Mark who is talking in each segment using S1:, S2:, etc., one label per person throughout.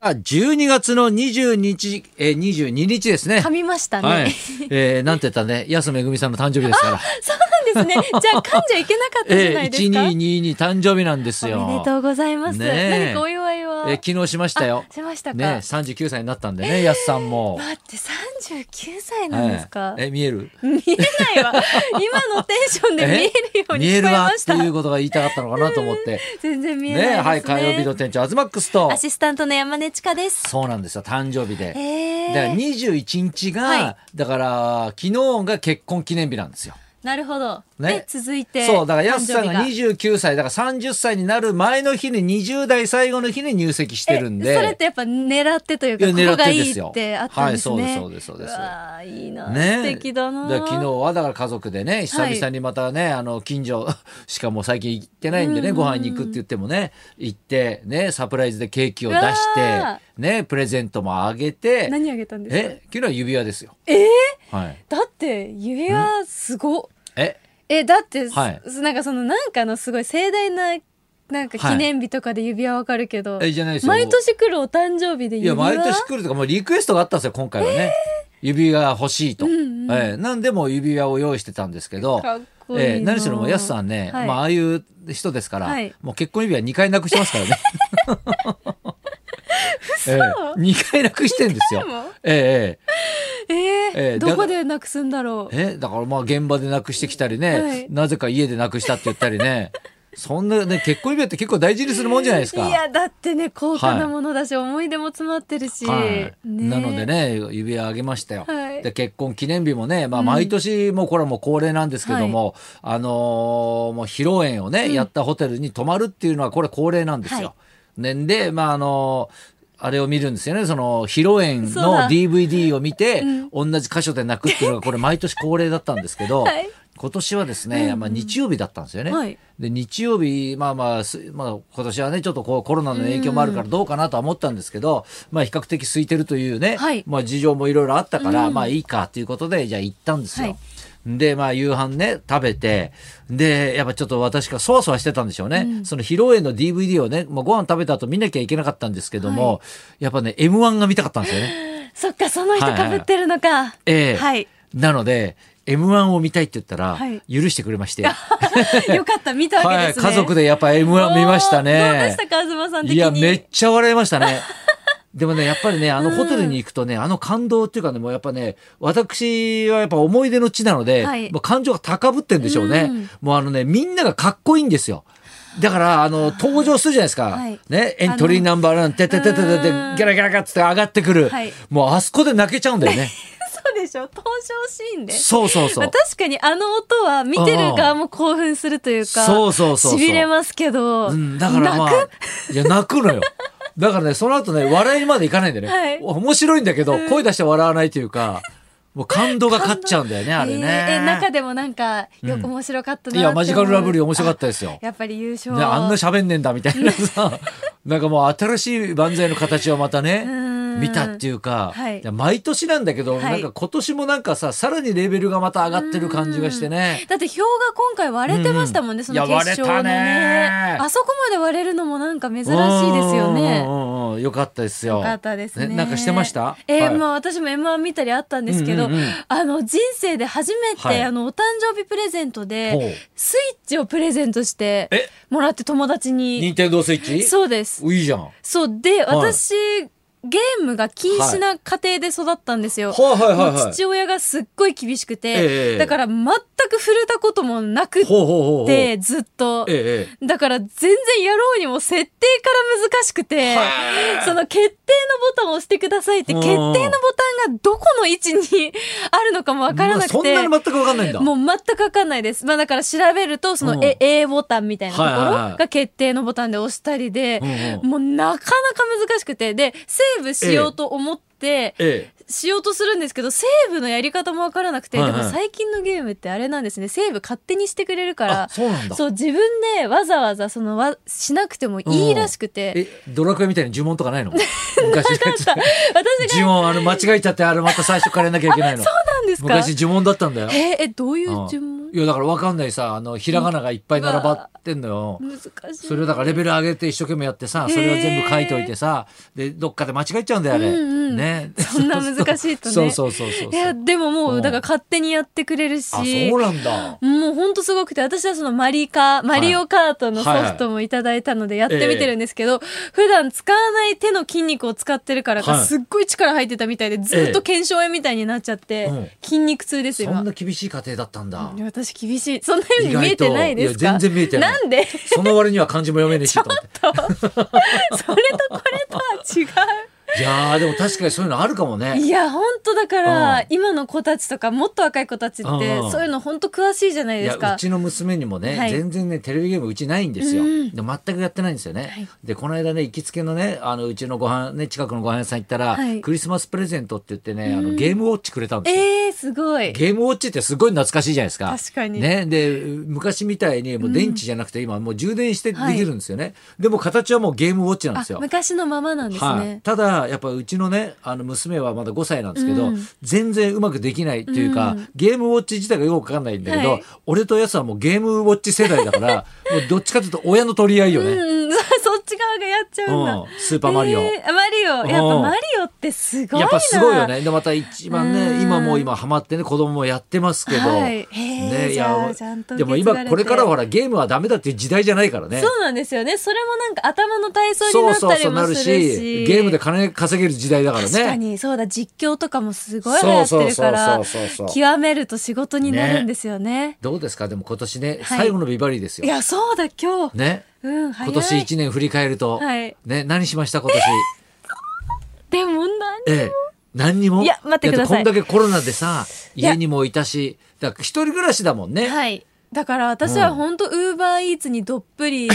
S1: あ12月の22日、えー、22日ですね
S2: 噛。みましたね。
S1: はい。えー、なんて言ったらね、安めぐみさんの誕生日です から。
S2: そうなんですね。じゃあ噛んじゃいけなかったじゃ
S1: え
S2: な
S1: ー、
S2: い ですか。
S1: 1222誕生日なんですよ。
S2: おめでとうございます。
S1: ねえ
S2: 何かお祝い
S1: え
S2: は。
S1: ー昨日しましたよ
S2: あ。しましたか。
S1: ね、39歳になったんでね、安さん も。
S2: 待って三十九歳なんですか、
S1: はいえ、見える
S2: 見えないわ。今のテンション で見えるように
S1: 見え
S2: 聞
S1: る
S2: こえ
S1: わ
S2: まし
S1: って
S2: た。
S1: いうことが言いたかったのかなと思って。
S2: 全然 見えないです
S1: ね
S2: ね。
S1: はい、火曜日の店長、アズマックスと
S2: ア。シスタントの山根千佳です。
S1: そうなんですよ、誕生日で。
S2: え
S1: だから
S2: ー、
S1: 21日が、
S2: はい
S1: だから昨日が結婚記念日なんですよ。
S2: なるほど。
S1: ね
S2: で続いて
S1: そうだからやすさんが
S2: 誕生日
S1: 29歳だから30歳になる前の日に20代最後の日に入籍してるんで
S2: えそれってやっぱ狙ってというか
S1: いや
S2: こ
S1: 狙
S2: こ
S1: って
S2: がいい
S1: ですよ
S2: ってあったんですね。
S1: はいそうですそうですそうです
S2: わあいいな、
S1: ね
S2: 素敵だな。
S1: から昨日はだから家族でね久々にまたね、あの近所 しかもう最近行ってないんでね、
S2: うん
S1: ご飯に行くって言ってもね行ってねサプライズでケーキを出
S2: う
S1: して
S2: わ
S1: ねプレゼントもあげて
S2: 何あげたんですか
S1: え昨日は指輪ですよ。
S2: えー
S1: はい、
S2: だって指輪すごっ
S1: え
S2: えだって、す
S1: はい
S2: なんかそのなんかのすごい盛大ななんか
S1: はい
S2: 記念日とかで指輪わかるけど、
S1: えじゃないですよ。
S2: 毎年来るお誕生日で
S1: い
S2: 指
S1: や毎
S2: 輪
S1: 年来るとかもうリクエストがあったんですよ今回はね、指輪欲しいと、
S2: うんうん
S1: ええなんでもう指輪を用意してたんですけど
S2: かっこいいな
S1: ええ何しろもうやすさんね、
S2: はい
S1: まあああいう人ですから、
S2: はい
S1: もう結婚指輪2回なくしてます からね。ええ、2回なくしてんですよ
S2: 二回も。
S1: え
S2: えー
S1: えーだ
S2: どこでなくすんだろ
S1: え
S2: う
S1: ええだからまあ現場でなくしてきたりね、
S2: はい
S1: なぜか家でなくしたって言ったりねそんなね結婚指輪って結構大事にするもんじゃないですか。
S2: いやだってね高価なものだし、思い出も詰まってるし、
S1: はい、
S2: ね
S1: なのでね指輪あげましたよ、
S2: はい
S1: で結婚記念日もね、まあ、毎年もうこれはもう恒例なんですけども、あのーもう披露宴をね、やったホテルに泊まるっていうのはこれ恒例なんですよ。
S2: は
S1: ね、でまああのーあれを見るんですよねその披露宴
S2: そう
S1: の
S2: だ
S1: DVD を見て、同じ箇所で泣くっていうのがこれ毎年恒例だったんですけど、
S2: はい
S1: 今年はですね、まあ、日曜日だったんですよね。
S2: はい
S1: で日曜日、まあまあ、すまあ、今年はね、ちょっとこうコロナの影響もあるからどうかなとは思ったんですけど、まあ比較的空いてるというね、
S2: はい
S1: まあ事情もいろいろあったから、
S2: うん
S1: まあいいかということで、じゃあ行ったんですよ。
S2: はい
S1: で、まあ夕飯ね、食べて、で、やっぱちょっと私がそわそわしてたんでしょうね。その披露宴の DVD をね、まあ、ご飯食べた後見なきゃいけなかったんですけども、やっぱね、M1 が見たかったんですよ ね。
S2: そっかその人
S1: はいはい
S2: かぶってるのか、はい
S1: ええ なので、M1 を見たいって言ったら
S2: はい、
S1: 許してくれま して。
S2: よかった見たわけ
S1: は
S2: で
S1: い、
S2: すね、
S1: 家族でやっぱ M1 見ました
S2: おーどうで
S1: ね
S2: し。たか東さん的に
S1: いや、めっちゃ笑いましたね。でもね、やっぱりね、あのホテルに行くとね、あの感動っていうかね、もうやっぱね、私はやっぱ思い出の地なので、
S2: はい
S1: もう感情が高ぶってんでしょうね。
S2: うん
S1: もうあのね、みんながかっこいいんですよ。だから、あの、登場するじゃないですか。
S2: はい
S1: ね、エントリーナンバーなんてててててて、ギ
S2: うん
S1: ャラギャラギャラって上がってくる。
S2: はい
S1: もうあそこで泣けちゃうんだ よね。
S2: そうでしょ登場シーンで
S1: そうそうそ
S2: ま
S1: う
S2: あ、。確かにあの音は見てる側も興奮するというか、
S1: そうそうそうそう
S2: しびれますけど、
S1: うん、だからま
S2: 泣
S1: あ、いや、泣くのよ。だからね、その後ね、笑いにまでいかないんだよね。
S2: はい
S1: お面白いんだけど、声出して笑わないというか、もう感動が勝っちゃうんだ よね、
S2: く
S1: あれね。
S2: えーえー中でもなんか、よく面白かったなって思う
S1: いや、マジカルラブリー面白かったですよ。
S2: やっぱり優勝。
S1: ね、あんな喋んねえんだみたいな さ、なんかもう新しい万歳の形をまたね
S2: う、ん
S1: 見たっていうか、
S2: はい
S1: や毎年なんだけど、
S2: はい
S1: なんか今年もなんかさ、さらにレベルがまた上がってる感じがしてね。
S2: だって票が今回割れてましたもんね、
S1: うん
S2: その決勝のね
S1: いや割れたね
S2: あそこまで割れるのもなんか珍しいですよ
S1: う
S2: ね。
S1: んうんうんうんよかったですよ。
S2: よかったですね
S1: なんかしてました
S2: えー
S1: はい
S2: まあ私も M1 見たりあったんですけど、
S1: うんうんうん
S2: あの人生で初めて、
S1: はい
S2: あのお誕生日プレゼント
S1: ほう
S2: でスイッチをプレゼントして
S1: え
S2: もらって友達に
S1: 任天堂スイッチ
S2: そうです。
S1: いいじゃん。は
S2: そうで、
S1: はい
S2: 私ゲームが禁止な家庭で育ったんですよ。
S1: いはいはい
S2: も
S1: は
S2: う
S1: い。
S2: 父親がすっごい厳しくて、
S1: ええ
S2: だから全く触れたこともなくっ
S1: ほうほうほうほう。
S2: て、ずっと。
S1: ええ
S2: だから全然やろうにも設定から難しくて
S1: はあ、
S2: その決定のボタンを押してくださいって、
S1: うん
S2: 決定のボタンがどこの位置にあるのかもわからなく
S1: そん
S2: て
S1: なに。全く分かんないんだ。
S2: もう全くわかんないです。まあだから調べると、その
S1: うん
S2: A, A ボタンみたいなとこ
S1: はいはいは
S2: ろ
S1: い
S2: が決定のボタンで押したりで
S1: うん、うん
S2: もうなかなか難しくて、で、セーブしようと思って、
S1: え
S2: しようとするんですけど、セーブのやり方もわからなくて、
S1: はいはい
S2: でも最近のゲームってあれなんですね、セーブ勝手にしてくれるか
S1: えあ
S2: ら、
S1: そうなんだ。
S2: そう、自分でわざわざ、その、わ、しなくてもいいらしくて。
S1: え、ドラクエみたいに呪文とか ないの昔のやつ。
S2: さ私が
S1: 呪文、あ の、間違えちゃって、あれまた最初からやんなきゃいけないの。
S2: なんですか
S1: 昔呪文だったんだよ。
S2: えーえ、どういう
S1: うん
S2: 呪文
S1: いやだから分かんないさあのひらがながいっぱい並ばってんのよ。
S2: 難しい
S1: それをだからレベル上げて一生懸命やってさそれを全部書いておいてさでどっかで間違えちゃうんだよあれ。
S2: うんうん
S1: ね、
S2: そんな難しいと ね
S1: そうそうそうそうそう
S2: いやでもも
S1: う
S2: うんだから勝手にやってくれるし
S1: あそうなんだ。
S2: もうほんとすごくて私はそのマリカマリオカートのソフトもいただいたのでやってみてるんですけど、普段使わない手の筋肉を使ってるからか、
S1: はい
S2: すっごい力入ってたみたいでずっと腱鞘炎みたいになっちゃって、
S1: うん
S2: 筋肉痛です
S1: そ
S2: 今
S1: んな厳しい家庭だったんだ。
S2: いや私厳しいそんなように見えてないで
S1: 意外
S2: すか
S1: といや全然見えてない
S2: んで
S1: その割には漢字も読めねえしと思 って。
S2: それとこれと は違う
S1: いやーでも確かにそういうのあるかもね。
S2: いや本当だか
S1: う
S2: ら
S1: ん
S2: 今の子たちとかもっと若い子たちっ
S1: う
S2: て
S1: ん
S2: そういうの本当詳しいじゃない
S1: い
S2: で
S1: や
S2: す
S1: う
S2: か。
S1: ちの娘にもね、
S2: はい
S1: 全然ねテレビゲームうちないんですよ、
S2: うん
S1: で全くやってないんですよね、
S2: はい
S1: でこの間ね行きつけのねあのうちのご飯ね近くのご飯屋さん行ったら、
S2: はい
S1: クリスマスプレゼントって言ってねあ
S2: う
S1: の
S2: ん
S1: ゲームウォッチくれたんですよ、
S2: えー、すごい。
S1: ゲームウォッチってすごい懐かしいじゃないですか。
S2: 確かに
S1: ね。で、昔みたいにもう電池じゃなくて、今もう充電してできるんですよね。でも形はもうゲームウォッチなん
S2: あ
S1: ですよ。
S2: 昔のままなんです
S1: はい
S2: ね。
S1: ただやっぱうちのねあの娘はまだ5歳なんですけど、
S2: うん
S1: 全然うまくできないというか、
S2: うん
S1: ゲームウォッチ自体がよくわかんないんだけど、
S2: はい
S1: 俺とやつはもうゲームウォッチ世代だから もうどっちかというと親の取り合いよ
S2: うん
S1: ね。
S2: うん、 そっち側がやっちゃうんだ。
S1: うんスーパーマリオ
S2: えーあマリオ。やっ
S1: う
S2: ぱ
S1: ん
S2: マリオってすごいな。
S1: やっぱすごいよ。ね。でまた一番
S2: うん
S1: ね今もう今ハマってね子供もやってますけど、
S2: はい。へー
S1: ね
S2: じゃあちゃんと
S1: で
S2: 受
S1: も
S2: け継がれて
S1: 今これからはほらゲームはダメだっていう時代じゃないからね。
S2: そうなんですよね。それもなんか頭の体操になったりもするし。
S1: ゲームで金稼げる時代だからね。
S2: 確かにそうだ実況とかもすごい流行ってるから
S1: そうそうそうそうそう
S2: 極めると仕事になるんですよね
S1: どうですかでも今年ね、
S2: はい
S1: 最後のビバリーです
S2: い
S1: よ。
S2: やそうだ今日、
S1: ね。
S2: うん早い
S1: 今年一年振り返ると、
S2: はい
S1: ね何しました今年。
S2: でもなん
S1: ええ何にも
S2: いや待ってください
S1: ってこんだけコロナでさ
S2: いや
S1: 家にもいたしだから一人暮らしだもんね、
S2: はいだから私は本当ウーバーイーツにどっぷり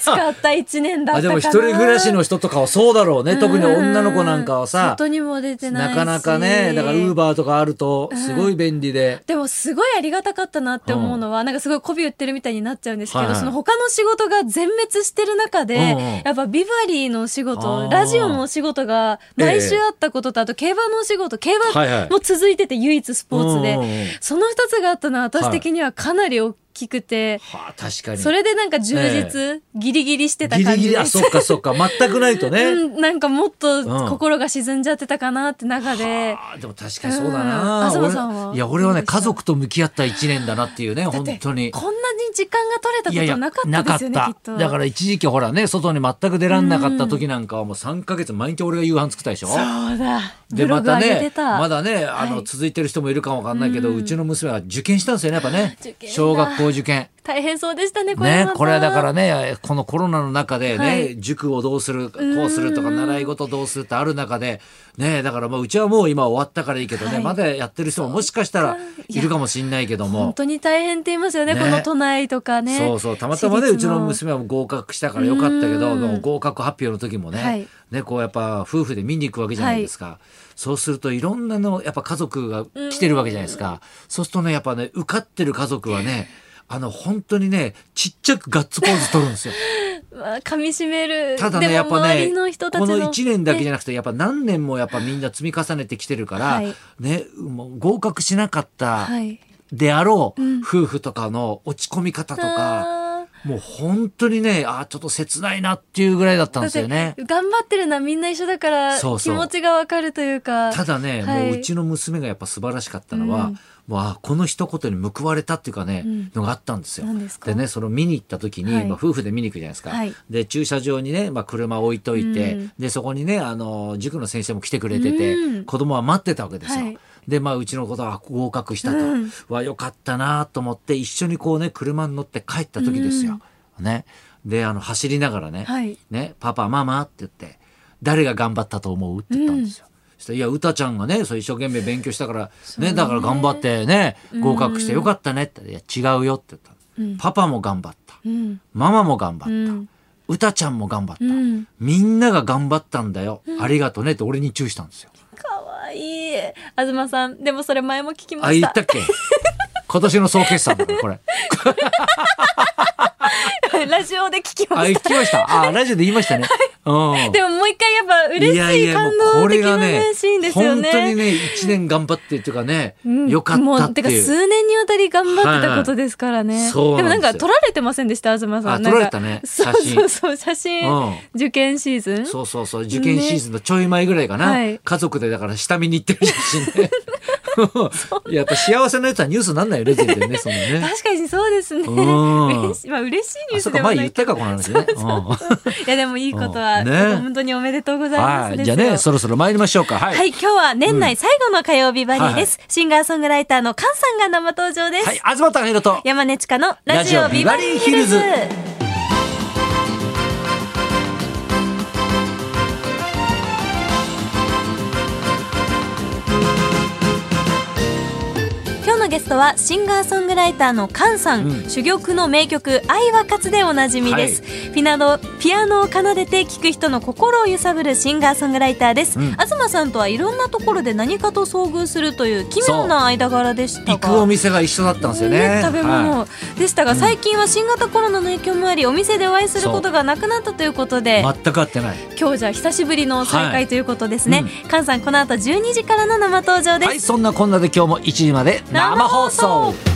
S2: 使った一年だっ
S1: あで
S2: たかな
S1: も一人暮らしの人とかはそうだろうね特に女の子なんかはさ
S2: 外にも出てないし
S1: なかなかねだからウーバーとかあるとすごい便利で、
S2: でもすごいありがたかったなって思うのは、なんかすごい媚び売ってるみたいになっちゃうんですけど、
S1: はいはい
S2: その他の仕事が全滅してる中で、
S1: うんうん
S2: やっぱビバリーのお仕
S1: あ
S2: 事、
S1: ー
S2: ラジオのお仕事が毎週あったことと、あと競馬のお仕事、競
S1: はいは
S2: 馬
S1: い
S2: も続いてて唯一スポーツで、
S1: うんうんうん
S2: その二つがあったのは私的にはかなり大きくて、
S1: はあ確かに
S2: それでなんか充実、ギリギリしてた
S1: ギ
S2: 感
S1: リギ
S2: じ
S1: リ
S2: で
S1: あ
S2: す。
S1: そっかそっか全くないとね、
S2: うん、なんかもっと
S1: うん
S2: 心が沈んじゃってたかなって中で、
S1: あーでも確かにそうだな、
S2: うん東さんは
S1: 俺いや俺は
S2: どう
S1: ね
S2: でした
S1: 家族と向き合った一年だなっていうね
S2: だっ
S1: 本
S2: て
S1: 当に
S2: こんなに時間が取れた
S1: いやい
S2: こ
S1: や
S2: となかったですよね
S1: な
S2: きっと
S1: だから一時期ほらね外に全く出らんなかった時なんかはもう3か月毎日俺が夕飯作ったでしょ
S2: そうだ。
S1: で
S2: ブロ
S1: ま
S2: グ
S1: た
S2: 上げて
S1: ね
S2: た。
S1: まだねあ
S2: は
S1: の
S2: い
S1: 続いてる人もいるかもわかんないけど、うちの娘は受験したんですよねやっぱね
S2: 受験だ
S1: 小学校受験
S2: 大変そうでしたね、これ
S1: ね
S2: また
S1: これはだからねこのコロナの中でね、
S2: はい
S1: 塾をどうするこうするとか
S2: うん
S1: 習い事どうするってある中でねだからまあうちはもう今終わったからいいけどね、
S2: はい
S1: まだやってる人ももしかしたらいるかもしれないけど
S2: 本
S1: も。
S2: 当に大変って言いますよね、
S1: ね
S2: この都内とかね。
S1: そうそうたまたまね
S2: 私
S1: う
S2: 立
S1: ちの。娘は合格したからよかったけど
S2: うん
S1: でも合格発表の時もね,、
S2: はい
S1: ねこうやっぱ夫婦で見に行くわけじゃないですか、そうするといろんなのやっぱ家族が来てるわけじゃないですか、そうするとねやっぱね受かってる家族はねあの本当にねちっちゃくガッツポーズ取るんです よ。
S2: まあ、噛み締める。
S1: ただ
S2: で
S1: ね
S2: も
S1: やっぱ
S2: 周
S1: ね
S2: りの人たち
S1: この1年だけじゃ
S2: ゃ
S1: なくてやっぱ何年もやっぱみんな積み重ねてきてるから、
S2: はい
S1: ね、もう合格しなかった
S2: はい。
S1: であろう、
S2: うん
S1: 夫婦とかの落ち込み方とか、
S2: あ
S1: もう本当にねあーちょっと切ないなっていうぐらいだった
S2: ー
S1: んですよね。
S2: だって頑張ってるのはみんな一緒だから、
S1: そうそう
S2: 気持ちがわかるというか。
S1: ただね、
S2: はい
S1: もううちの娘がやっぱ素晴らしかったのは、
S2: うん
S1: もうあこの一言に報われたっていうかね、
S2: うん
S1: のがあったんですよ。
S2: 何ですか
S1: でねその見に行った時に、
S2: はい
S1: まあ、夫婦で見に行くじゃないですか。
S2: はい
S1: で駐車場にね、まあ、車置いといて、
S2: うん
S1: でそこにねあの塾の先生も来てくれてて、
S2: うん
S1: 子供は待ってたわけですよ。
S2: はい
S1: でまあうちの子とは合格したと、
S2: うん
S1: はよかったなと思って一緒にこうね車に乗って帰った時ですよ。ね、であの走りながらね、
S2: はい。
S1: ね、パパ、ママって言って、誰が頑張ったと思うって言ったんですよ。そしたらいや、うたちゃんがね、そう一生懸命勉強したから、
S2: う
S1: ね、
S2: ね
S1: だから頑張ってね、合格してよかったねって言ったらいや、違うよって言ったの、
S2: うん
S1: パパも頑張った。
S2: うん。
S1: ママも頑張っ
S2: う
S1: た。
S2: ん。
S1: うたちゃんも頑張った。
S2: うん。
S1: みんなが頑張ったんだよ。ありがとうねって俺に注意したんですよ。
S2: かわいい。東さん、でもそれ前も聞きま
S1: あ、
S2: し
S1: 言
S2: た。
S1: ったっ け今年の総決算だから、これ。
S2: ラジオで聞きま
S1: あ、
S2: し
S1: 聞
S2: た。
S1: きました。あ、ラジオで言いましたね。うん。
S2: でももう一回やっぱか嬉しい
S1: やいやもう
S2: 感動
S1: これ
S2: 的
S1: が
S2: な、
S1: ね
S2: ね、シーンですよね。
S1: 本当にね1年頑張ってっていうかね、
S2: うん
S1: よかった
S2: も
S1: っ
S2: う
S1: て
S2: てか
S1: いう。
S2: 数年にわたり頑張ってたことですからね、
S1: はいはいそう
S2: でも
S1: な
S2: なんん
S1: ですよ
S2: か撮られてませんでした東さん
S1: あ
S2: なんか
S1: 撮られたね
S2: そうそうそう写真、
S1: うん
S2: 受験シーズン
S1: そうそうそう受験シーズンのちょい前ぐらいかな、
S2: ねはい
S1: 家族でだから下見に行ってる写 真ねいややっぱ幸せなやつはニュースになんないよね全然ねそのね
S2: 確かにそうですね
S1: う
S2: 嬉
S1: ん
S2: しいまあ嬉しい
S1: あ
S2: ニュー
S1: そう
S2: ス
S1: か
S2: でもな
S1: 前
S2: い
S1: 言ったかこの話ねう
S2: いやでもいいことは、
S1: うんね
S2: 本当におめでとうござ
S1: ん
S2: います
S1: はい
S2: です
S1: じゃ
S2: よ
S1: あねそろそろ参りましょうかはい、
S2: はい、今日は年内最後の火曜日バリーです、シンガーソングライターの菅さんが生登場です、
S1: はい、東貴弘と
S2: 山根千佳のラジオビバリーヒルズ
S1: ラジオビバリー
S2: 今日のゲストはシンガーソングライターの菅さん、
S1: うん
S2: 珠玉の名曲「愛は勝つ」でおなじみです、ピナドピアノを奏でて聴く人の心を揺さぶるシンガーソングライターです、
S1: うん
S2: 東さんとはいろんなところで何かと遭遇するという奇妙な間柄でした
S1: 行
S2: が
S1: くお店が一緒だったんですよね
S2: 食べ物、
S1: は
S2: でしたが最近は新型コロナの影響もありお店でお会いすることがなくなったということで、
S1: い全く合ってない
S2: 今日じゃあ久しぶりの再
S1: は
S2: 会
S1: い
S2: ということですね、
S1: うん
S2: カンさんこの後12時からの生登場です、
S1: はいそんなこんなで今日も1時まで生放送